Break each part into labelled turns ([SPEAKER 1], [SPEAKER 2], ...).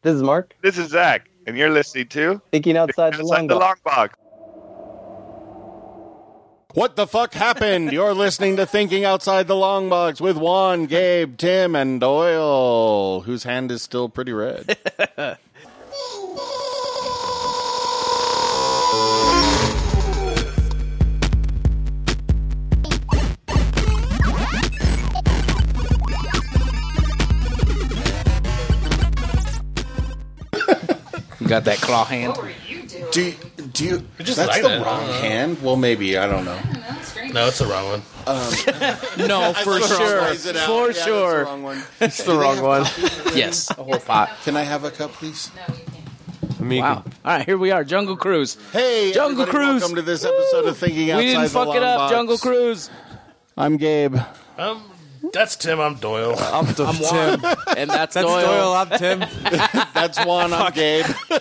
[SPEAKER 1] This is Mark,
[SPEAKER 2] This is Zach, and you're listening to
[SPEAKER 1] thinking outside the long
[SPEAKER 2] Inside the
[SPEAKER 1] box.
[SPEAKER 2] Long Box.
[SPEAKER 3] What the fuck happened? You're listening to Thinking Outside the Long Box with Juan, Gabe, Tim, and Doyle, whose hand is still pretty red.
[SPEAKER 4] You got that claw hand?
[SPEAKER 3] do you, do you,
[SPEAKER 5] just
[SPEAKER 3] that's
[SPEAKER 5] like
[SPEAKER 3] the
[SPEAKER 5] that.
[SPEAKER 3] wrong hand? Well, maybe I don't know.
[SPEAKER 5] No, it's the wrong one.
[SPEAKER 4] No, for sure. For sure.
[SPEAKER 3] It's the
[SPEAKER 6] wrong one.
[SPEAKER 4] Yes. Uh,
[SPEAKER 3] Can I have a cup, please?
[SPEAKER 6] Me,
[SPEAKER 4] wow. All right, here we are. Jungle Cruise.
[SPEAKER 3] Hey,
[SPEAKER 4] Jungle
[SPEAKER 3] everybody,
[SPEAKER 4] Cruise.
[SPEAKER 3] Welcome to this episode of Thinking Outside
[SPEAKER 4] We didn't
[SPEAKER 3] the
[SPEAKER 4] fuck it
[SPEAKER 3] Long
[SPEAKER 4] up,
[SPEAKER 3] Box.
[SPEAKER 4] Jungle Cruise.
[SPEAKER 3] I'm Gabe.
[SPEAKER 5] Um, that's Tim. I'm Doyle.
[SPEAKER 6] I'm, Tim. That's
[SPEAKER 4] And that's,
[SPEAKER 6] Doyle.
[SPEAKER 4] Doyle.
[SPEAKER 6] I'm Tim.
[SPEAKER 3] That's Juan. I'm Gabe.
[SPEAKER 5] I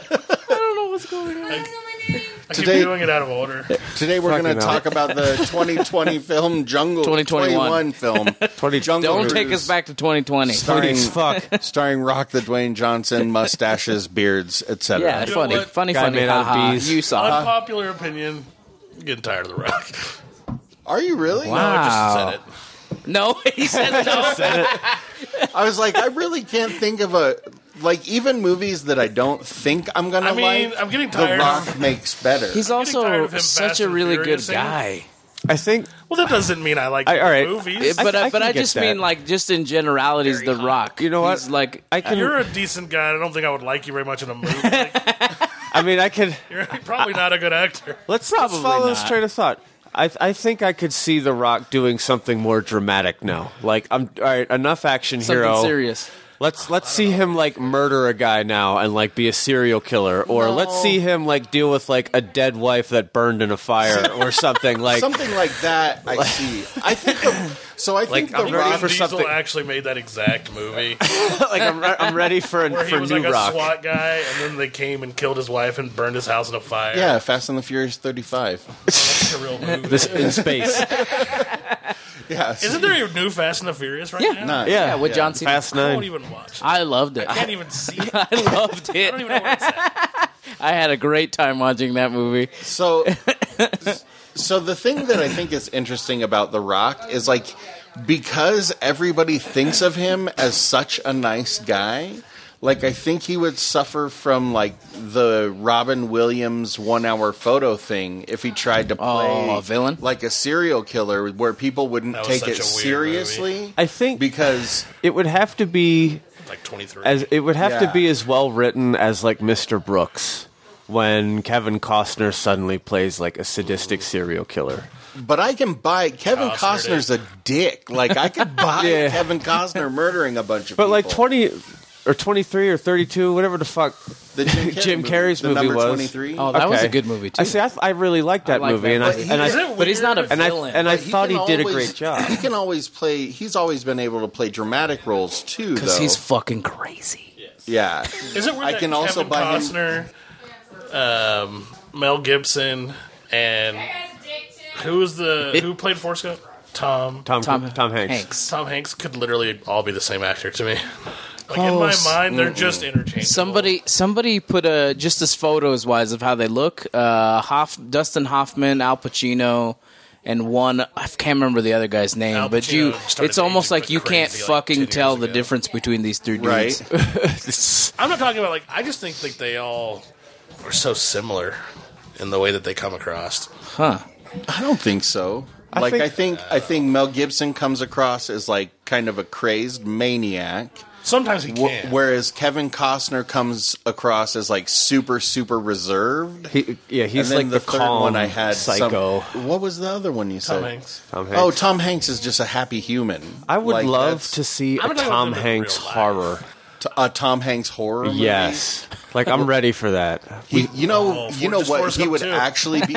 [SPEAKER 5] keep
[SPEAKER 3] Today-
[SPEAKER 5] doing it out of order.
[SPEAKER 3] Today we're going to talk
[SPEAKER 6] Fucking hell.
[SPEAKER 3] about the 2020 film Jungle
[SPEAKER 4] 2021.
[SPEAKER 3] 21 film
[SPEAKER 6] 20
[SPEAKER 3] Jungle
[SPEAKER 4] Don't take
[SPEAKER 3] Cruise.
[SPEAKER 4] us back to 2020.
[SPEAKER 3] Starting-
[SPEAKER 6] Please, fuck.
[SPEAKER 3] starring Rock the Dwayne Johnson, mustaches, beards, etc.
[SPEAKER 4] Yeah,
[SPEAKER 5] know
[SPEAKER 4] funny,
[SPEAKER 5] what?
[SPEAKER 4] funny,
[SPEAKER 6] Guy
[SPEAKER 4] funny.
[SPEAKER 6] made out of
[SPEAKER 4] haha.
[SPEAKER 6] bees.
[SPEAKER 4] You saw. it.
[SPEAKER 5] Unpopular opinion. I'm getting tired of the rock.
[SPEAKER 3] Are you really?
[SPEAKER 4] Wow.
[SPEAKER 5] I just said
[SPEAKER 4] No, he said no.
[SPEAKER 3] I was like, I really can't think of a like even movies that I don't think I'm gonna
[SPEAKER 5] I mean,
[SPEAKER 3] like.
[SPEAKER 5] I'm getting
[SPEAKER 3] The
[SPEAKER 5] tired.
[SPEAKER 3] Rock makes better.
[SPEAKER 4] He's
[SPEAKER 5] getting tired
[SPEAKER 4] also
[SPEAKER 5] of him
[SPEAKER 4] such
[SPEAKER 5] Fast
[SPEAKER 4] a
[SPEAKER 5] and
[SPEAKER 4] really good
[SPEAKER 5] Furious in.
[SPEAKER 4] guy.
[SPEAKER 6] I think
[SPEAKER 5] it. Well, that doesn't mean I like
[SPEAKER 6] I- all right.
[SPEAKER 4] It-
[SPEAKER 5] movies.
[SPEAKER 4] but
[SPEAKER 6] I
[SPEAKER 4] I, but
[SPEAKER 6] can
[SPEAKER 4] I
[SPEAKER 6] get
[SPEAKER 4] just
[SPEAKER 6] that.
[SPEAKER 4] mean like just in generalities, The Rock.
[SPEAKER 6] You know what?
[SPEAKER 4] He's like
[SPEAKER 6] I can.
[SPEAKER 5] you're a decent guy. and I don't think I would like you very much in a movie. Like,
[SPEAKER 6] I mean, I could.
[SPEAKER 5] you're probably not a good actor.
[SPEAKER 6] Let's, let's
[SPEAKER 4] Probably
[SPEAKER 6] follow this
[SPEAKER 4] not.
[SPEAKER 6] train of thought. I, I think I could see The Rock doing something more dramatic now. Like I'm all right. Enough action
[SPEAKER 4] something
[SPEAKER 6] hero.
[SPEAKER 4] serious.
[SPEAKER 6] Let's let's see him like murder a guy now and like be a serial killer, or let's see him like deal with like a dead wife that burned in a fire or something like.
[SPEAKER 3] Something like that, I see. I think the, so. I think
[SPEAKER 5] I'm
[SPEAKER 3] the Rock.
[SPEAKER 5] Diesel
[SPEAKER 6] something.
[SPEAKER 5] actually made that exact movie
[SPEAKER 6] like I'm, re- I'm ready for
[SPEAKER 5] where he
[SPEAKER 6] for
[SPEAKER 5] was
[SPEAKER 6] new
[SPEAKER 5] like a
[SPEAKER 6] rock.
[SPEAKER 5] SWAT guy, and then they came and killed his wife and burned his house in a fire.
[SPEAKER 3] yeah, Fast and the Furious 35.
[SPEAKER 5] It's a real movie.
[SPEAKER 6] This in space.
[SPEAKER 3] Yes.
[SPEAKER 5] Isn't there a new Fast and the Furious right
[SPEAKER 4] Yeah.
[SPEAKER 5] now?
[SPEAKER 3] Not-
[SPEAKER 4] Yeah, with John Cena.
[SPEAKER 6] Fast
[SPEAKER 5] I won't
[SPEAKER 6] Nine.
[SPEAKER 5] even watch. it.
[SPEAKER 4] I loved it.
[SPEAKER 5] I
[SPEAKER 4] I,
[SPEAKER 5] can't even see it. I
[SPEAKER 4] loved
[SPEAKER 5] don't
[SPEAKER 4] it.
[SPEAKER 5] even know where it's at.
[SPEAKER 4] I had a great time watching that movie.
[SPEAKER 3] So, so the thing that I think is interesting about The Rock is like because everybody thinks of him as such a nice guy. Like I think he would suffer from like the Robin Williams one-hour photo thing if he tried to play
[SPEAKER 4] Oh, a villain?
[SPEAKER 3] like a serial killer, where people wouldn't
[SPEAKER 5] That was
[SPEAKER 3] take
[SPEAKER 5] such
[SPEAKER 3] it
[SPEAKER 5] a weird
[SPEAKER 3] seriously.
[SPEAKER 6] I think
[SPEAKER 3] because
[SPEAKER 6] it would have to be
[SPEAKER 5] Like 23.
[SPEAKER 6] as it would have
[SPEAKER 3] Yeah.
[SPEAKER 6] to be as well written as like Mr. Brooks when Kevin Costner suddenly plays like a sadistic serial killer.
[SPEAKER 3] But I can buy Kevin
[SPEAKER 5] Costner did.
[SPEAKER 3] Costner's a dick. Like I could buy
[SPEAKER 6] Yeah.
[SPEAKER 3] Kevin Costner murdering a bunch of
[SPEAKER 6] But
[SPEAKER 3] people.
[SPEAKER 6] like twenty or twenty three or thirty two, whatever the fuck.
[SPEAKER 3] the Jim, Carrey
[SPEAKER 6] Jim
[SPEAKER 3] movie,
[SPEAKER 6] Carrey's
[SPEAKER 3] the
[SPEAKER 6] movie
[SPEAKER 3] number
[SPEAKER 6] was-
[SPEAKER 3] 23.
[SPEAKER 4] Oh, that was a
[SPEAKER 6] Okay.
[SPEAKER 4] good movie too.
[SPEAKER 6] I see. I, th- I really liked that
[SPEAKER 4] like
[SPEAKER 6] movie,
[SPEAKER 4] that
[SPEAKER 6] and I
[SPEAKER 4] movie.
[SPEAKER 6] and
[SPEAKER 5] Isn't
[SPEAKER 6] I
[SPEAKER 5] it
[SPEAKER 4] but he's not a
[SPEAKER 5] weird?
[SPEAKER 6] and I
[SPEAKER 4] villain.
[SPEAKER 6] and I
[SPEAKER 3] But he
[SPEAKER 6] thought he
[SPEAKER 3] can
[SPEAKER 6] did a
[SPEAKER 3] always-
[SPEAKER 6] great job.
[SPEAKER 3] He can always play. He's always been able to play dramatic roles too, though.
[SPEAKER 4] because he's fucking crazy.
[SPEAKER 3] yeah,
[SPEAKER 5] Is it weird
[SPEAKER 3] I
[SPEAKER 5] that
[SPEAKER 3] can also
[SPEAKER 5] Kevin
[SPEAKER 3] buy him-
[SPEAKER 5] Costner, um, Mel Gibson, and who was the who played Forrest Gump? Tom.
[SPEAKER 6] Tom Tom, Hanks.
[SPEAKER 5] Tom Hanks could literally all be the same actor to me. Like in my
[SPEAKER 4] Close.
[SPEAKER 5] mind, they're just interchangeable.
[SPEAKER 4] Somebody, somebody put a just as photos wise of how they look. Uh, Hoff, Dustin Hoffman, Al Pacino, and one I can't remember the other guy's name.
[SPEAKER 5] Al
[SPEAKER 4] but you,
[SPEAKER 5] Pacino started
[SPEAKER 4] it's almost
[SPEAKER 5] aging
[SPEAKER 4] like you
[SPEAKER 5] like
[SPEAKER 4] can't
[SPEAKER 5] crazy, like, 10
[SPEAKER 4] fucking
[SPEAKER 5] years
[SPEAKER 4] tell the
[SPEAKER 5] ago.
[SPEAKER 4] difference between these three dudes.
[SPEAKER 3] right.
[SPEAKER 5] I'm not talking about like. I just think like they all are so similar in the way that they come across.
[SPEAKER 4] Huh?
[SPEAKER 3] I don't think so. like
[SPEAKER 6] think-
[SPEAKER 3] I think I think Mel Gibson comes across as like kind of a crazed maniac,
[SPEAKER 5] Sometimes he
[SPEAKER 3] wh-
[SPEAKER 5] can.
[SPEAKER 3] whereas Kevin Costner comes across as like super super reserved.
[SPEAKER 6] He, yeah,
[SPEAKER 3] and
[SPEAKER 6] he's
[SPEAKER 3] then
[SPEAKER 6] like the,
[SPEAKER 3] third
[SPEAKER 6] calm
[SPEAKER 3] one I had some- Oh,
[SPEAKER 6] psycho.
[SPEAKER 3] what was the other one you said?
[SPEAKER 5] Tom Hanks.
[SPEAKER 6] Tom Hanks.
[SPEAKER 3] Oh, Tom Hanks is just a happy human.
[SPEAKER 6] I would
[SPEAKER 3] Like,
[SPEAKER 6] love
[SPEAKER 3] that's
[SPEAKER 6] to see
[SPEAKER 5] I'm
[SPEAKER 6] a
[SPEAKER 5] not talking
[SPEAKER 6] Tom
[SPEAKER 5] about in
[SPEAKER 6] Hanks
[SPEAKER 5] real life.
[SPEAKER 6] horror.
[SPEAKER 3] t- a Tom Hanks horror. movie.
[SPEAKER 6] Yes, like I'm ready for that.
[SPEAKER 3] He- you know,
[SPEAKER 5] Oh,
[SPEAKER 3] you know
[SPEAKER 5] just
[SPEAKER 3] what
[SPEAKER 5] Forrest
[SPEAKER 3] he
[SPEAKER 5] Gump
[SPEAKER 3] would
[SPEAKER 5] too.
[SPEAKER 3] actually be.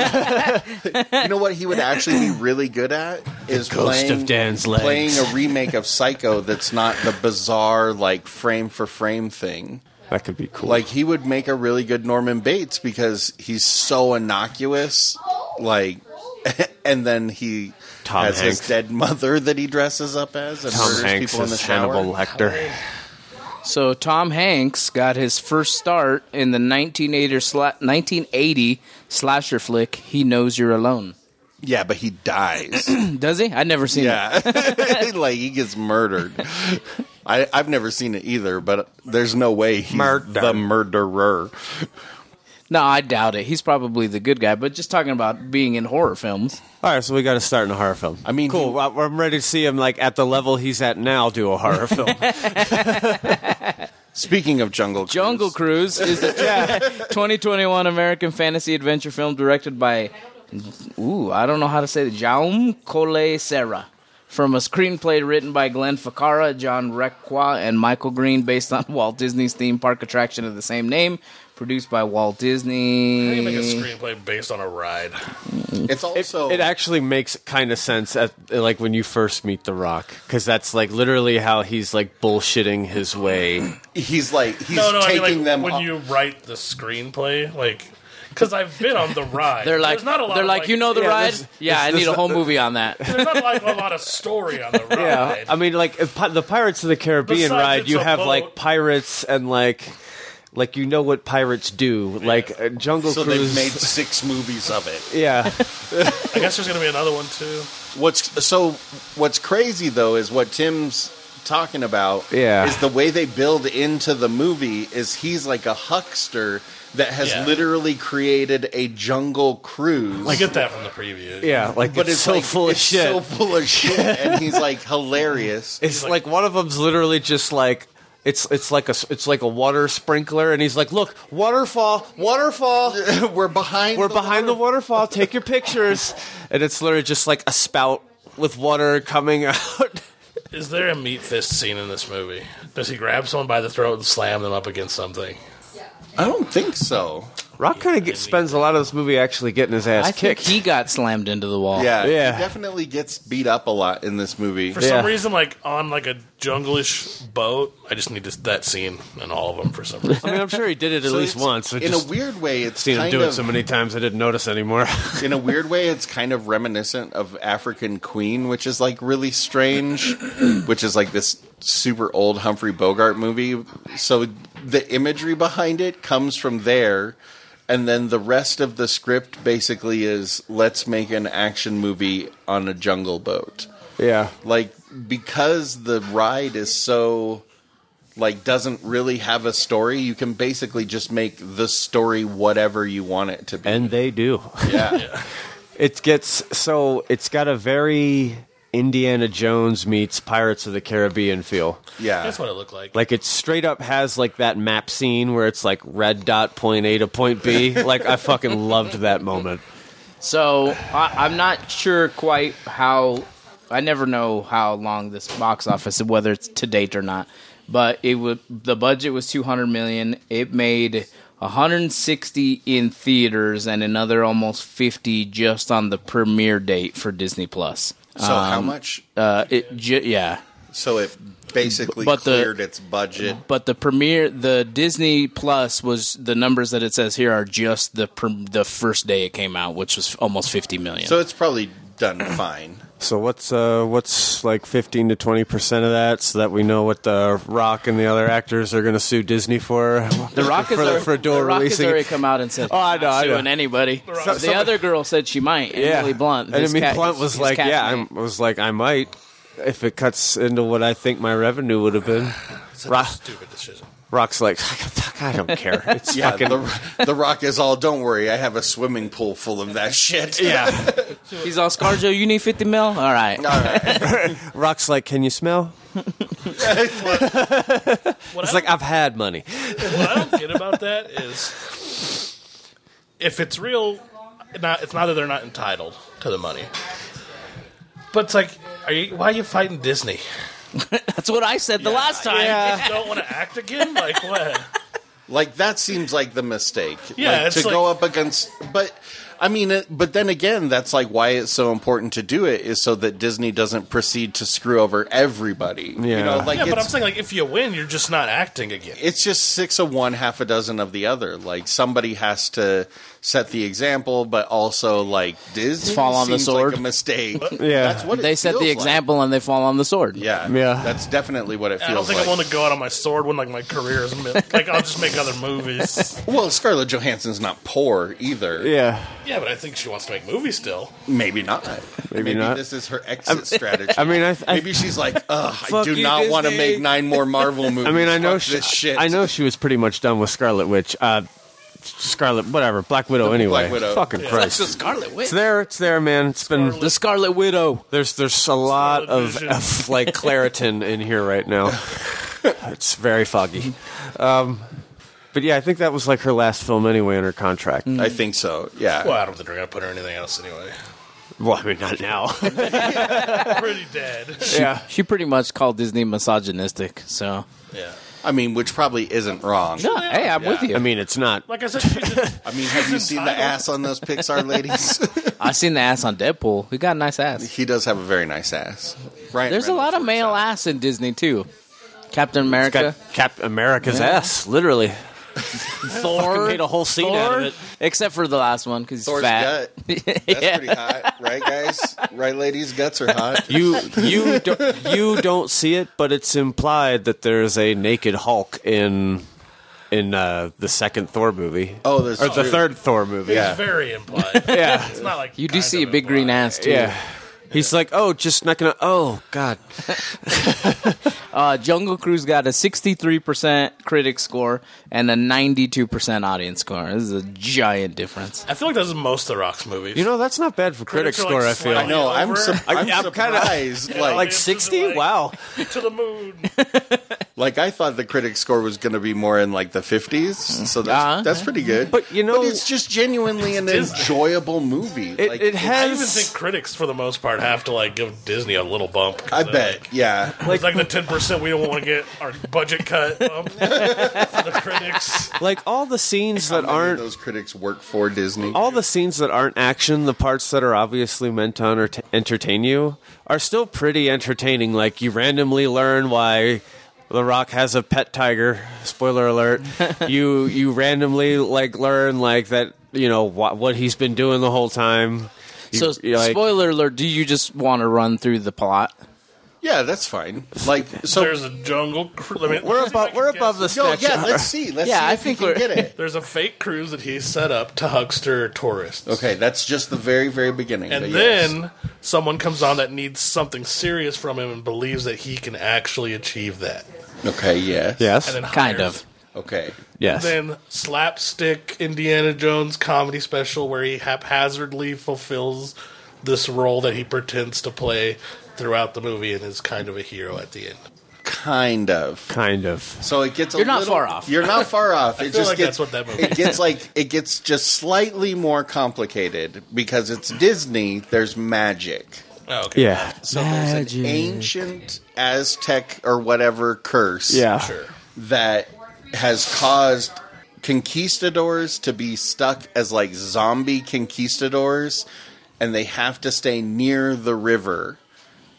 [SPEAKER 3] you know what he would actually be really good at is
[SPEAKER 6] Ghost
[SPEAKER 3] playing
[SPEAKER 6] of Dan's legs.
[SPEAKER 3] playing a remake of Psycho that's not the bizarre like frame for frame thing.
[SPEAKER 6] That could be cool.
[SPEAKER 3] Like he would make a really good Norman Bates because he's so innocuous, like, and then he
[SPEAKER 6] Tom
[SPEAKER 3] has
[SPEAKER 6] Hanks.
[SPEAKER 3] his dead mother that he dresses up as and
[SPEAKER 6] Tom
[SPEAKER 3] murders
[SPEAKER 6] Hanks
[SPEAKER 3] people in the
[SPEAKER 6] as
[SPEAKER 3] shower.
[SPEAKER 6] Hannibal Lecter.
[SPEAKER 4] So Tom Hanks got his first start in the 1980, sla- 1980 slasher flick He Knows You're Alone.
[SPEAKER 3] Yeah, but he dies.
[SPEAKER 4] Does he? I'd never seen it.
[SPEAKER 3] yeah, like he gets murdered. I, I've never seen it either, but there's no way he's
[SPEAKER 6] Murder.
[SPEAKER 3] the murderer.
[SPEAKER 4] No, I doubt it. He's probably the good guy. But just talking about being in horror films.
[SPEAKER 6] All right, so we got to start in a horror film.
[SPEAKER 3] I mean,
[SPEAKER 6] cool.
[SPEAKER 3] he-
[SPEAKER 6] well, I'm ready to see him like at the level he's at now do a horror film.
[SPEAKER 3] Speaking of Jungle Cruise,
[SPEAKER 4] Jungle Cruise is a 2021 American fantasy adventure film directed by, ooh, I don't know how to say it, Jaume Cole Serra. From a screenplay written by Glenn Ficarra, John Requa, and Michael Green, based on Walt Disney's theme park attraction of the same name, produced by Walt
[SPEAKER 5] How do you make a
[SPEAKER 4] Disney.
[SPEAKER 5] screenplay based on a ride?
[SPEAKER 3] It's also
[SPEAKER 6] it actually makes kind of sense at like when you first meet The Rock because that's like literally how he's like bullshitting his way.
[SPEAKER 3] he's like he's
[SPEAKER 5] No, no, I
[SPEAKER 3] taking
[SPEAKER 5] mean, like,
[SPEAKER 3] them.
[SPEAKER 5] when
[SPEAKER 3] off-
[SPEAKER 5] you write the screenplay, like, because I've been on the ride.
[SPEAKER 4] They're like,
[SPEAKER 5] there's not a lot
[SPEAKER 4] they're
[SPEAKER 5] of,
[SPEAKER 4] like, you know the
[SPEAKER 6] Yeah,
[SPEAKER 4] ride?
[SPEAKER 6] this-
[SPEAKER 4] yeah, I
[SPEAKER 6] this-
[SPEAKER 4] need a
[SPEAKER 6] this-
[SPEAKER 4] whole movie on that.
[SPEAKER 5] there's not like a lot of story on the ride.
[SPEAKER 6] Yeah, I mean, like if pi- the Pirates of the Caribbean
[SPEAKER 5] Besides,
[SPEAKER 6] ride,
[SPEAKER 5] it's
[SPEAKER 6] you
[SPEAKER 5] a
[SPEAKER 6] have
[SPEAKER 5] boat.
[SPEAKER 6] like pirates and like like you know what pirates do. Like uh, Jungle
[SPEAKER 3] so
[SPEAKER 6] Cruise.
[SPEAKER 3] they've made six movies of it.
[SPEAKER 6] yeah,
[SPEAKER 5] I guess there's gonna be another one too.
[SPEAKER 3] What's so? What's crazy though is what Tim's talking about.
[SPEAKER 6] Yeah.
[SPEAKER 3] is the way they build into the movie is he's like a huckster that has
[SPEAKER 5] Yeah.
[SPEAKER 3] literally created a Jungle Cruise.
[SPEAKER 5] I get that from the preview.
[SPEAKER 6] yeah. Like
[SPEAKER 3] but
[SPEAKER 6] it's, so
[SPEAKER 3] like-
[SPEAKER 6] full of
[SPEAKER 3] it's
[SPEAKER 6] shit.
[SPEAKER 3] So full of shit, and he's like hilarious.
[SPEAKER 6] It's like, one of them's literally just like it's it's like a s- it's like a water sprinkler, and he's like, "Look, waterfall, waterfall.
[SPEAKER 3] We're behind.
[SPEAKER 6] We're
[SPEAKER 3] the
[SPEAKER 6] behind the waterfall. Take your pictures." And it's literally just like a spout with water coming out.
[SPEAKER 5] Is there a meat fist scene in this movie? Does he grab someone by the throat and slam them up against something?
[SPEAKER 3] I don't think so.
[SPEAKER 6] Rock kind of spends a lot of this movie actually getting his ass
[SPEAKER 4] I think
[SPEAKER 6] kicked.
[SPEAKER 4] he got slammed into the wall.
[SPEAKER 3] Yeah,
[SPEAKER 6] Yeah.
[SPEAKER 3] he definitely gets beat up a lot in this movie.
[SPEAKER 5] For
[SPEAKER 6] Yeah.
[SPEAKER 5] some reason, like on like a junglish boat, I just need this, that scene in all of them for some reason.
[SPEAKER 6] I mean, I'm sure he did it at
[SPEAKER 3] So
[SPEAKER 6] least
[SPEAKER 3] it's-
[SPEAKER 6] once. I
[SPEAKER 3] in
[SPEAKER 6] just
[SPEAKER 3] a weird way, it's
[SPEAKER 6] seen him
[SPEAKER 3] kind
[SPEAKER 6] do
[SPEAKER 3] of
[SPEAKER 6] it so many times I didn't notice anymore.
[SPEAKER 3] in a weird way, it's kind of reminiscent of African Queen, which is like really strange, which is like this super old Humphrey Bogart movie. So the imagery behind it comes from there. And then the rest of the script basically is let's make an action movie on a jungle boat.
[SPEAKER 6] yeah.
[SPEAKER 3] Like, because the ride is so, like, doesn't really have a story, you can basically just make the story whatever you want it to be.
[SPEAKER 6] And they do.
[SPEAKER 3] yeah.
[SPEAKER 6] It gets so it's got a very Indiana Jones meets Pirates of the Caribbean feel.
[SPEAKER 3] Yeah.
[SPEAKER 5] That's what it looked like.
[SPEAKER 6] Like it straight up has like that map scene where it's like red dot point A to point B. like I fucking loved that moment.
[SPEAKER 4] So I, I'm not sure quite how. I never know how long this box office, whether it's to date or not, but it would. The budget was 200 million. It made 160 in theaters and another almost 50 just on the premiere date for Disney Plus.
[SPEAKER 3] So how
[SPEAKER 6] Um,
[SPEAKER 3] much?
[SPEAKER 4] Uh, it ju- yeah,
[SPEAKER 3] So it basically
[SPEAKER 4] but the-
[SPEAKER 3] cleared its budget.
[SPEAKER 4] but the premiere, the Disney Plus was the numbers that it says here are just the pr- the first day it came out, which was almost 50 million.
[SPEAKER 3] So it's probably done fine.
[SPEAKER 6] So what's uh what's like fifteen to twenty percent of that so that we know what the Rock and the other actors are gonna sue Disney for
[SPEAKER 4] The Rock has
[SPEAKER 6] for,
[SPEAKER 4] already,
[SPEAKER 6] for door
[SPEAKER 4] the Rock has
[SPEAKER 6] releasing.
[SPEAKER 4] already come out and said,
[SPEAKER 6] Oh, I know,
[SPEAKER 4] not
[SPEAKER 6] I know.
[SPEAKER 4] suing anybody.
[SPEAKER 5] Rock-
[SPEAKER 4] the
[SPEAKER 5] So-
[SPEAKER 4] other girl said she might.
[SPEAKER 6] yeah.
[SPEAKER 4] Emily Blunt.
[SPEAKER 6] And I
[SPEAKER 4] his
[SPEAKER 6] mean,
[SPEAKER 4] cat-
[SPEAKER 6] Blunt was
[SPEAKER 4] his
[SPEAKER 6] like,
[SPEAKER 4] cat's
[SPEAKER 6] yeah,
[SPEAKER 4] name.
[SPEAKER 6] I'm, was like, I might if it cuts into what I think my revenue would have been.
[SPEAKER 5] Such a
[SPEAKER 6] Rock,
[SPEAKER 5] stupid decision.
[SPEAKER 6] Rock's like, fuck, I don't care. It's
[SPEAKER 3] Yeah,
[SPEAKER 6] fucking
[SPEAKER 3] the, the Rock is all. Don't worry, I have a swimming pool full of that shit.
[SPEAKER 6] yeah.
[SPEAKER 4] He's all, ScarJo, you need 50 mil? All right.
[SPEAKER 3] All right.
[SPEAKER 6] Rock's like, can you smell?
[SPEAKER 5] What
[SPEAKER 6] It's
[SPEAKER 5] I,
[SPEAKER 6] like I've had money.
[SPEAKER 5] what I don't get about that is if it's real, not, it's not that they're not entitled to the money, but it's like, are you, why are you fighting Disney?
[SPEAKER 4] That's what I said the last time.
[SPEAKER 5] You just don't want to act again? Like what?
[SPEAKER 3] Like that seems like the mistake.
[SPEAKER 5] Yeah,
[SPEAKER 3] Like,
[SPEAKER 5] it's
[SPEAKER 3] to
[SPEAKER 5] like-
[SPEAKER 3] go up against. But I mean, it, but then again, that's like why it's so important to do it is so that Disney doesn't proceed to screw over everybody. You
[SPEAKER 6] Yeah.
[SPEAKER 3] know, like
[SPEAKER 5] yeah, but I'm
[SPEAKER 3] it's,
[SPEAKER 5] saying like if you win, you're just not acting again.
[SPEAKER 3] it's just six of one, half a dozen of the other. Like somebody has to set the example, but also like Disney
[SPEAKER 4] Fall on the
[SPEAKER 3] seems
[SPEAKER 4] sword.
[SPEAKER 3] like a mistake.
[SPEAKER 6] Yeah.
[SPEAKER 3] that's what it
[SPEAKER 4] They set
[SPEAKER 3] feels
[SPEAKER 4] the
[SPEAKER 3] like.
[SPEAKER 4] example and they fall on the sword.
[SPEAKER 3] Yeah,
[SPEAKER 6] Yeah.
[SPEAKER 3] that's definitely what it feels
[SPEAKER 5] I don't think
[SPEAKER 3] like.
[SPEAKER 5] I want to go out on my sword when like my career is mi- like I'll just make other movies.
[SPEAKER 3] Well, Scarlett Johansson's not poor either.
[SPEAKER 6] Yeah.
[SPEAKER 5] Yeah, but I think she wants to make movies still.
[SPEAKER 3] Maybe not.
[SPEAKER 6] Maybe not.
[SPEAKER 3] this is her exit strategy.
[SPEAKER 6] I mean, I, th- I
[SPEAKER 3] Maybe she's like, ugh, I
[SPEAKER 6] Fuck
[SPEAKER 3] do
[SPEAKER 6] you,
[SPEAKER 3] not want to
[SPEAKER 6] Disney."
[SPEAKER 3] make nine more Marvel movies.
[SPEAKER 6] I mean, I know
[SPEAKER 3] Fuck
[SPEAKER 6] she,
[SPEAKER 3] this shit.
[SPEAKER 6] I know she was pretty much done with Scarlet Witch. Uh, Scarlet, whatever, Black Widow. anyway,
[SPEAKER 3] Widow.
[SPEAKER 6] fucking Christ,
[SPEAKER 4] The Scarlet
[SPEAKER 6] it's
[SPEAKER 4] Widow.
[SPEAKER 6] there, it's there, man. It's been
[SPEAKER 4] The Scarlet Widow.
[SPEAKER 6] there's there's a lot
[SPEAKER 5] Scarlet
[SPEAKER 6] of,
[SPEAKER 5] Vision.
[SPEAKER 6] of like Claritin in here right now. it's very foggy. Um, but yeah, I think that was like her last film anyway in her contract.
[SPEAKER 3] I think so. Yeah.
[SPEAKER 5] Well, I don't think they're gonna put her in anything else anyway.
[SPEAKER 6] Well, I mean, not now.
[SPEAKER 5] Pretty dead.
[SPEAKER 6] yeah,
[SPEAKER 4] She pretty much called Disney misogynistic. So
[SPEAKER 5] Yeah.
[SPEAKER 3] I mean, which probably isn't wrong.
[SPEAKER 4] no, hey, I'm with you.
[SPEAKER 6] I mean, it's not.
[SPEAKER 5] Like I said, she's a,
[SPEAKER 3] I mean, have you seen the ass on those Pixar ladies?
[SPEAKER 4] I seen the ass on Deadpool. He got a nice ass.
[SPEAKER 3] he does have a very nice ass. Right.
[SPEAKER 4] There's a lot of male ass in Disney too. Captain
[SPEAKER 6] It's
[SPEAKER 4] America,
[SPEAKER 6] got Cap America's ass, literally.
[SPEAKER 4] Thor,
[SPEAKER 6] made a whole scene
[SPEAKER 4] Thor,
[SPEAKER 6] out of it.
[SPEAKER 4] except for the last one because he's
[SPEAKER 3] Thor's
[SPEAKER 4] fat.
[SPEAKER 3] gut. That's pretty hot, right, guys? Right, ladies? Guts are hot.
[SPEAKER 6] You you don't, you don't see it, but it's implied that there's a naked Hulk in in uh, the second Thor movie.
[SPEAKER 3] Oh, there's
[SPEAKER 6] or the
[SPEAKER 3] two.
[SPEAKER 6] third Thor movie.
[SPEAKER 3] Yeah.
[SPEAKER 5] very implied.
[SPEAKER 6] yeah,
[SPEAKER 5] It's not like
[SPEAKER 4] You do
[SPEAKER 5] kind
[SPEAKER 4] see a
[SPEAKER 5] of
[SPEAKER 4] big green
[SPEAKER 5] implied.
[SPEAKER 4] ass too.
[SPEAKER 6] yeah. He's like, oh, just not gonna. Oh God,
[SPEAKER 4] Uh, Jungle Cruise got a 63% critic score and a 92% audience score. This is a giant difference.
[SPEAKER 5] I feel like that's most of the Rock's movies.
[SPEAKER 6] you know that's not bad for critic
[SPEAKER 5] Critics are,
[SPEAKER 6] score.
[SPEAKER 5] like,
[SPEAKER 6] I feel
[SPEAKER 5] swell.
[SPEAKER 3] I know. I'm, sur-
[SPEAKER 5] Over.
[SPEAKER 3] I'm
[SPEAKER 6] I'm kinda-
[SPEAKER 3] surprised. like,
[SPEAKER 6] like
[SPEAKER 5] Yeah.
[SPEAKER 6] sixty. Wow,
[SPEAKER 5] to the moon.
[SPEAKER 3] Like I thought the critic score was going to be more in like the 50s, so that's
[SPEAKER 4] Uh-huh.
[SPEAKER 3] that's pretty good.
[SPEAKER 6] But, you know-
[SPEAKER 3] it's just genuinely an enjoyable movie.
[SPEAKER 6] it,
[SPEAKER 3] like,
[SPEAKER 6] it
[SPEAKER 5] I even think
[SPEAKER 6] has.
[SPEAKER 5] critics, for the most part, have to like give Disney a little bump. 'cause
[SPEAKER 3] I
[SPEAKER 5] they're
[SPEAKER 3] bet,
[SPEAKER 5] like-
[SPEAKER 3] yeah.
[SPEAKER 5] It's like the ten percent we don't want to get our budget cut bump for the critics.
[SPEAKER 6] Like all the scenes that
[SPEAKER 3] How many of
[SPEAKER 6] aren't
[SPEAKER 3] those critics work for Disney?
[SPEAKER 6] all the scenes that aren't action, the parts that are obviously meant to enter- entertain you, are still pretty entertaining. Like you randomly learn why The Rock has a pet tiger. Spoiler alert. you you randomly like learn like that you know wh- what he's been doing the whole time.
[SPEAKER 4] So,
[SPEAKER 6] You- you, like-
[SPEAKER 4] spoiler alert, do you just want to run through the plot?
[SPEAKER 3] yeah, that's fine. Like so,
[SPEAKER 5] There's a jungle. Cru- I mean,
[SPEAKER 6] we're
[SPEAKER 5] let's see if I
[SPEAKER 6] above
[SPEAKER 5] can
[SPEAKER 6] we're
[SPEAKER 5] guess.
[SPEAKER 6] above the
[SPEAKER 3] no,
[SPEAKER 6] statue.
[SPEAKER 3] yeah. Let's see. Let's
[SPEAKER 4] Yeah,
[SPEAKER 3] see
[SPEAKER 4] I
[SPEAKER 3] if
[SPEAKER 4] think
[SPEAKER 3] we
[SPEAKER 4] we're-
[SPEAKER 3] can get it.
[SPEAKER 5] There's a fake cruise that he set up to huckster tourists.
[SPEAKER 3] Okay, that's just the very very beginning.
[SPEAKER 5] And
[SPEAKER 3] but yes.
[SPEAKER 5] then someone comes on that needs something serious from him and believes that he can actually achieve that.
[SPEAKER 3] okay, yes,
[SPEAKER 6] Yes.
[SPEAKER 5] And then
[SPEAKER 4] Kind
[SPEAKER 5] hires
[SPEAKER 4] of.
[SPEAKER 3] okay.
[SPEAKER 6] yes.
[SPEAKER 5] then slapstick Indiana Jones comedy special where he haphazardly fulfills this role that he pretends to play throughout the movie and is kind of a hero at the end.
[SPEAKER 3] Kind of.
[SPEAKER 6] kind of.
[SPEAKER 3] So it gets. A
[SPEAKER 4] You're not
[SPEAKER 3] little-
[SPEAKER 4] far off.
[SPEAKER 3] You're not far off. it
[SPEAKER 5] feel
[SPEAKER 3] just
[SPEAKER 5] like
[SPEAKER 3] gets
[SPEAKER 5] that's what that movie
[SPEAKER 3] It
[SPEAKER 5] is.
[SPEAKER 3] gets like it gets just slightly more complicated because it's Disney. There's magic.
[SPEAKER 5] Oh, okay.
[SPEAKER 6] Yeah.
[SPEAKER 3] So there's an ancient Aztec or whatever curse.
[SPEAKER 6] Yeah.
[SPEAKER 5] Sure.
[SPEAKER 3] that has caused conquistadors to be stuck as like zombie conquistadors and they have to stay near the river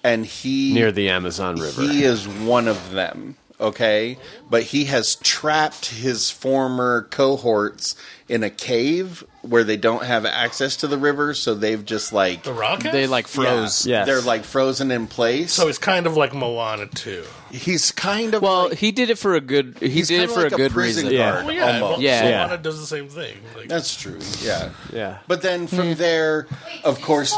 [SPEAKER 3] and he
[SPEAKER 6] Near the Amazon River.
[SPEAKER 3] he is one of them okay but he has trapped his former cohorts in a cave where they don't have access to the river so they've just like
[SPEAKER 5] The Rocket?
[SPEAKER 4] They like froze.
[SPEAKER 6] Yeah. Yes.
[SPEAKER 3] they're like frozen in place
[SPEAKER 5] So it's kind of like Moana too.
[SPEAKER 3] he's kind of
[SPEAKER 4] Well,
[SPEAKER 3] like,
[SPEAKER 4] he did it for a good. He
[SPEAKER 3] he's
[SPEAKER 4] did it
[SPEAKER 3] kinda
[SPEAKER 4] for
[SPEAKER 3] like
[SPEAKER 4] a good
[SPEAKER 3] prison
[SPEAKER 4] reason.
[SPEAKER 6] Yeah.
[SPEAKER 3] guard,
[SPEAKER 5] Well, yeah,
[SPEAKER 3] almost.
[SPEAKER 5] Mo-
[SPEAKER 4] Yeah.
[SPEAKER 5] Moana
[SPEAKER 6] Yeah.
[SPEAKER 5] does the same thing. Like,
[SPEAKER 3] that's true yeah
[SPEAKER 6] yeah.
[SPEAKER 3] But then
[SPEAKER 4] Hmm.
[SPEAKER 3] from there, of course,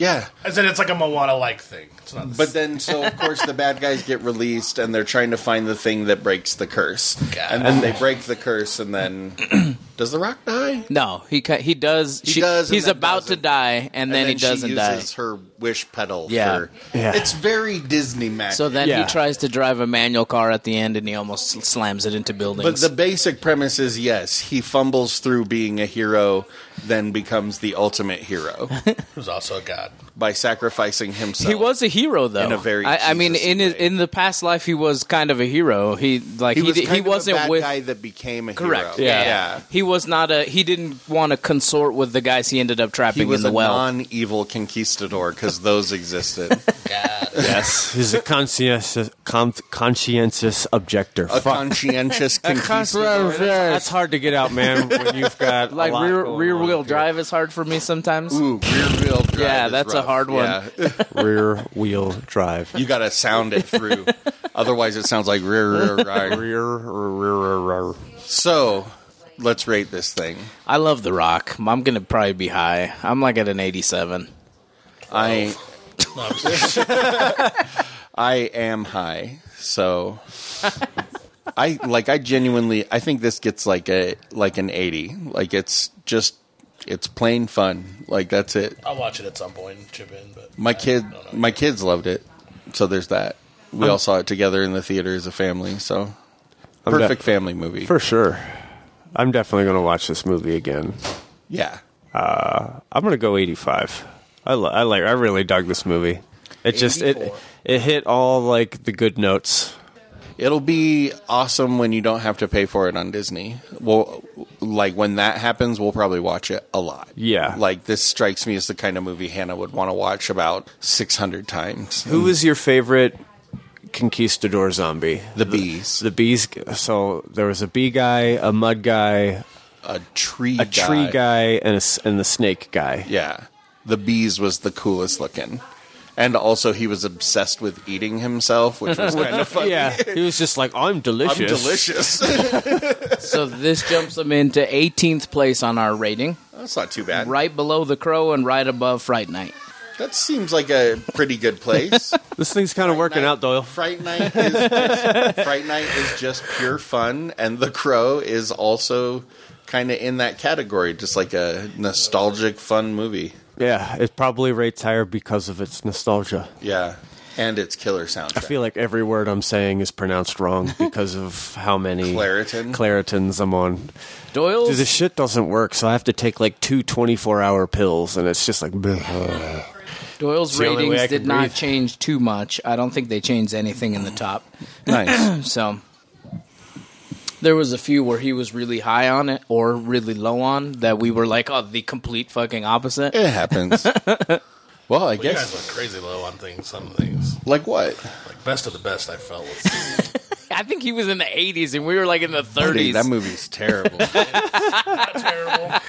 [SPEAKER 3] yeah.
[SPEAKER 5] I said it's like a Moana like thing. It's not.
[SPEAKER 3] But then, so of course, the bad guys get released, and they're trying to find the thing that breaks the curse. And then they break the curse, and then does the Rock die? And,
[SPEAKER 4] No, he ca- he does. She,
[SPEAKER 3] does and
[SPEAKER 4] he's
[SPEAKER 3] then
[SPEAKER 4] about to
[SPEAKER 3] doesn't.
[SPEAKER 4] die, and, then, he doesn't
[SPEAKER 3] she
[SPEAKER 4] die.
[SPEAKER 3] uses her wish pedal.
[SPEAKER 4] Yeah.
[SPEAKER 3] for-
[SPEAKER 6] Yeah.
[SPEAKER 3] it's very Disney magic.
[SPEAKER 4] So then
[SPEAKER 6] Yeah.
[SPEAKER 4] he tries to drive a manual car at the end, and he almost sl- slams it into buildings.
[SPEAKER 3] but the basic premise is yes, he fumbles through being a hero, then becomes the ultimate hero.
[SPEAKER 5] who's also a god.
[SPEAKER 3] by sacrificing himself.
[SPEAKER 4] He was a hero, though.
[SPEAKER 3] In a very
[SPEAKER 4] I, I mean,
[SPEAKER 3] Jesus
[SPEAKER 4] in his,
[SPEAKER 3] way.
[SPEAKER 4] in the past life, he was kind of a hero. He like he
[SPEAKER 3] was
[SPEAKER 4] he,
[SPEAKER 3] kind of a
[SPEAKER 4] wasn't
[SPEAKER 3] bad
[SPEAKER 4] with
[SPEAKER 3] guy that became a
[SPEAKER 4] correct.
[SPEAKER 3] hero.
[SPEAKER 4] Yeah.
[SPEAKER 3] yeah.
[SPEAKER 4] he was not a. He didn't want to consort with the guys he ended up trapping
[SPEAKER 3] He was
[SPEAKER 4] in the
[SPEAKER 3] a
[SPEAKER 4] well.
[SPEAKER 3] non-evil conquistador because those existed.
[SPEAKER 6] Yes, he's a conscientious, con- conscientious objector.
[SPEAKER 3] a
[SPEAKER 6] Fuck.
[SPEAKER 3] conscientious conquistador.
[SPEAKER 6] That's
[SPEAKER 4] like
[SPEAKER 6] hard to get out, man. When you've got a lot
[SPEAKER 4] rear
[SPEAKER 6] going
[SPEAKER 4] rear
[SPEAKER 6] on
[SPEAKER 4] wheel
[SPEAKER 6] here.
[SPEAKER 4] drive is hard for me sometimes.
[SPEAKER 3] Ooh, rear wheel drive.
[SPEAKER 4] Yeah,
[SPEAKER 3] is
[SPEAKER 4] that's a
[SPEAKER 3] rough.
[SPEAKER 4] hard one.
[SPEAKER 3] Yeah.
[SPEAKER 6] rear wheel drive.
[SPEAKER 3] you got to sound it through, otherwise it sounds like rear rear drive.
[SPEAKER 6] rear, rear, rear, rear.
[SPEAKER 3] So, let's rate this thing.
[SPEAKER 4] I love The Rock. I'm gonna probably be high. I'm like at an 87. Oh.
[SPEAKER 3] I
[SPEAKER 5] No, I'm just-
[SPEAKER 3] I am high, so I like I genuinely I think this gets like a like an 80. Like it's just it's plain fun. Like that's it.
[SPEAKER 5] I'll watch it at some point and chip in, but
[SPEAKER 3] My kid
[SPEAKER 5] I don't know.
[SPEAKER 3] my kids loved it. So there's that. We all saw it together in the theater as a family, so
[SPEAKER 6] de-
[SPEAKER 3] perfect family movie.
[SPEAKER 6] For sure. I'm definitely going to watch this movie again.
[SPEAKER 3] yeah.
[SPEAKER 6] I'm going to go 85. I li- I like I really dug this movie. It just it
[SPEAKER 5] 84.
[SPEAKER 6] it hit all like the good notes.
[SPEAKER 3] It'll be awesome when you don't have to pay for it on Disney. Well, like when that happens, we'll probably watch it a lot.
[SPEAKER 6] Yeah.
[SPEAKER 3] Like this strikes me as the kind of movie Hannah would want to watch about 600 times.
[SPEAKER 6] Who was your favorite conquistador zombie?
[SPEAKER 3] The bees,
[SPEAKER 6] The bees so there was a bee guy, a mud guy,
[SPEAKER 3] a tree,
[SPEAKER 6] a tree guy and a s and the snake guy.
[SPEAKER 3] Yeah, the bees was the coolest looking, and also he was obsessed with eating himself, which was kind of funny.
[SPEAKER 6] Yeah, he was just like I'm
[SPEAKER 3] I'm
[SPEAKER 6] delicious.
[SPEAKER 3] delicious.
[SPEAKER 4] So this jumps them into 18th place on our rating,
[SPEAKER 3] That's not too bad.
[SPEAKER 4] right below The Crow and right above Fright Night.
[SPEAKER 3] That seems like a pretty good place.
[SPEAKER 6] This thing's kind of working
[SPEAKER 3] Night-
[SPEAKER 6] out, Doyle.
[SPEAKER 3] Fright Night is just, Fright Night is just pure fun, and The Crow is also kind of in that category, just like a nostalgic fun movie.
[SPEAKER 6] Yeah, it probably rates higher because of its nostalgia.
[SPEAKER 3] Yeah, and its killer
[SPEAKER 6] I
[SPEAKER 3] soundtrack.
[SPEAKER 6] feel like every word I'm saying is pronounced wrong because of how many
[SPEAKER 3] Claritin.
[SPEAKER 6] Claritins I'm on.
[SPEAKER 4] Doyle's
[SPEAKER 6] Dude, this shit doesn't work, so I have to take like two 24 hour pills, and it's just like. bleh. Uh,
[SPEAKER 4] Doyle's
[SPEAKER 6] the only way
[SPEAKER 4] ratings
[SPEAKER 6] I
[SPEAKER 4] did
[SPEAKER 6] can
[SPEAKER 4] not
[SPEAKER 6] breathe.
[SPEAKER 4] change too much. I don't think they changed anything in the top.
[SPEAKER 3] nice.
[SPEAKER 4] So there was a few where he was really high on it or really low on that we were like, oh, the complete fucking opposite.
[SPEAKER 3] It happens. Well, I
[SPEAKER 5] you guys
[SPEAKER 3] guess.
[SPEAKER 5] went crazy low on things. Some things
[SPEAKER 3] Like what?
[SPEAKER 5] like best of the best. I felt was
[SPEAKER 4] I think he was in the 80s and we were like in the 30s.
[SPEAKER 3] Buddy, that movie's terrible.
[SPEAKER 5] terrible.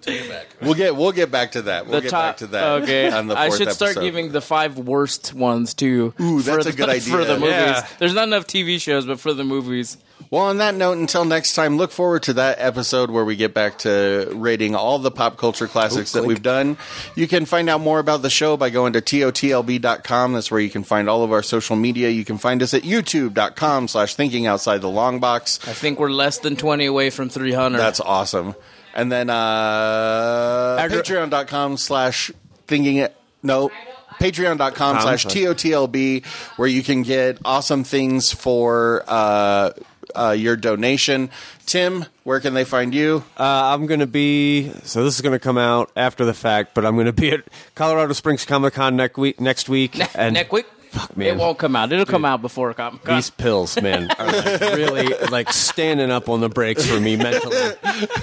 [SPEAKER 5] Take it back.
[SPEAKER 3] we'll get we'll get back to that. We'll
[SPEAKER 4] the
[SPEAKER 3] get
[SPEAKER 4] top,
[SPEAKER 3] back to that.
[SPEAKER 4] Okay,
[SPEAKER 3] on the
[SPEAKER 4] I
[SPEAKER 3] fourth
[SPEAKER 4] should start
[SPEAKER 3] episode.
[SPEAKER 4] giving the five worst ones too.
[SPEAKER 3] Ooh, that's
[SPEAKER 4] for
[SPEAKER 3] a good
[SPEAKER 4] the,
[SPEAKER 3] idea.
[SPEAKER 4] for the movies.
[SPEAKER 6] Yeah.
[SPEAKER 4] There's not enough TV shows, but for the movies,
[SPEAKER 3] Well, on that note, until next time, look forward to that episode where we get back to rating all the pop culture classics that we've done. You can find out more about the show by going to totlb.com. That's where you can find all of our social media. You can find us at youtube.com slash thinking outside the long box.
[SPEAKER 4] I think we're less than 20 away from 300.
[SPEAKER 3] That's awesome. And then uh,
[SPEAKER 6] Agri-
[SPEAKER 3] patreon.com slash thinking no patreon.com slash totlb where you can get awesome things for uh, uh, your donation. Tim, where can they find you?
[SPEAKER 6] Uh, I'm going to be. So this is going to come out after the fact, but I'm going to be at Colorado Springs Comic Con next week. Next week and
[SPEAKER 4] Neck quick. Fuck
[SPEAKER 6] man.
[SPEAKER 4] It won't come out. It'll come out before Comic Con.
[SPEAKER 6] These pills, man, are like really like standing up on the brakes for me mentally.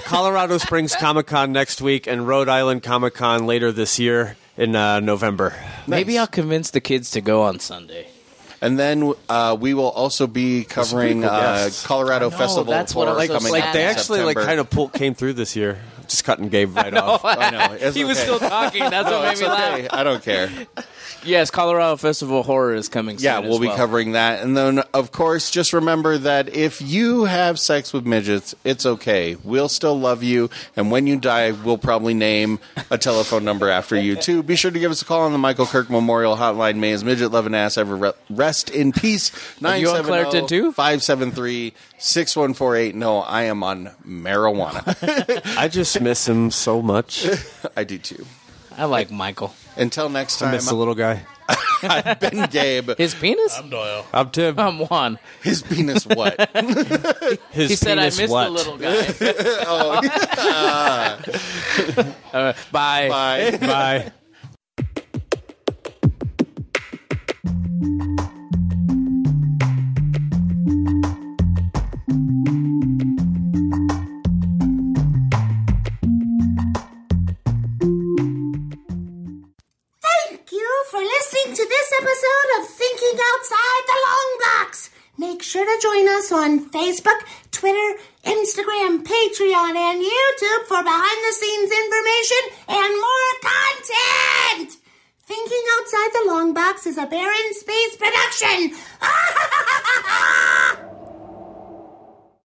[SPEAKER 6] Colorado Springs Comic Con next week and Rhode Island Comic Con later this year in uh, November.
[SPEAKER 4] Maybe I'll convince the kids to go on Sunday.
[SPEAKER 3] And then uh, we will also be covering uh,
[SPEAKER 6] guests.
[SPEAKER 3] Colorado
[SPEAKER 4] know,
[SPEAKER 3] Festival.
[SPEAKER 4] that's what
[SPEAKER 3] for
[SPEAKER 4] I was so
[SPEAKER 3] coming
[SPEAKER 4] sad
[SPEAKER 3] up
[SPEAKER 6] Like they
[SPEAKER 3] in
[SPEAKER 4] about.
[SPEAKER 6] actually like
[SPEAKER 3] September.
[SPEAKER 6] kind of pull, came through this year. I'm just cutting Gabe right off.
[SPEAKER 3] I know. It's
[SPEAKER 4] he was
[SPEAKER 3] okay.
[SPEAKER 4] still talking. That's what made
[SPEAKER 3] It's
[SPEAKER 4] me laugh.
[SPEAKER 3] okay. I don't care.
[SPEAKER 4] Yes, Colorado Festival of Horror is coming soon.
[SPEAKER 3] Yeah,
[SPEAKER 4] as
[SPEAKER 3] we'll be
[SPEAKER 4] well.
[SPEAKER 3] covering that. And then, of course, just remember that if you have sex with midgets, it's okay. We'll still love you. And when you die, we'll probably name a telephone number after you, too. Be sure to give us a call on the Michael Kirk Memorial Hotline. May his midget loving ass ever re- rest in peace. oh
[SPEAKER 4] you on Claritin, too?
[SPEAKER 3] 573 6148. No, I am on marijuana.
[SPEAKER 6] I just miss him so much.
[SPEAKER 3] I do, too.
[SPEAKER 4] I like Michael.
[SPEAKER 3] Until next
[SPEAKER 6] I
[SPEAKER 3] time,
[SPEAKER 6] miss the little guy.
[SPEAKER 3] I've been Gabe.
[SPEAKER 4] His penis?
[SPEAKER 5] I'm Doyle.
[SPEAKER 6] I'm Tim.
[SPEAKER 3] Oh,
[SPEAKER 4] I'm Juan.
[SPEAKER 3] His penis, what?
[SPEAKER 6] His
[SPEAKER 4] He said I
[SPEAKER 6] penis
[SPEAKER 4] missed
[SPEAKER 6] what?
[SPEAKER 4] the little guy. oh. Bye.
[SPEAKER 3] Bye.
[SPEAKER 6] Bye.
[SPEAKER 1] Thank you for listening to this episode of Thinking Outside the Long Box. Make sure to join us on Facebook, Twitter, Instagram, Patreon, and YouTube for behind the scenes information and more content. Thinking Outside the Long Box is a Barren Space production.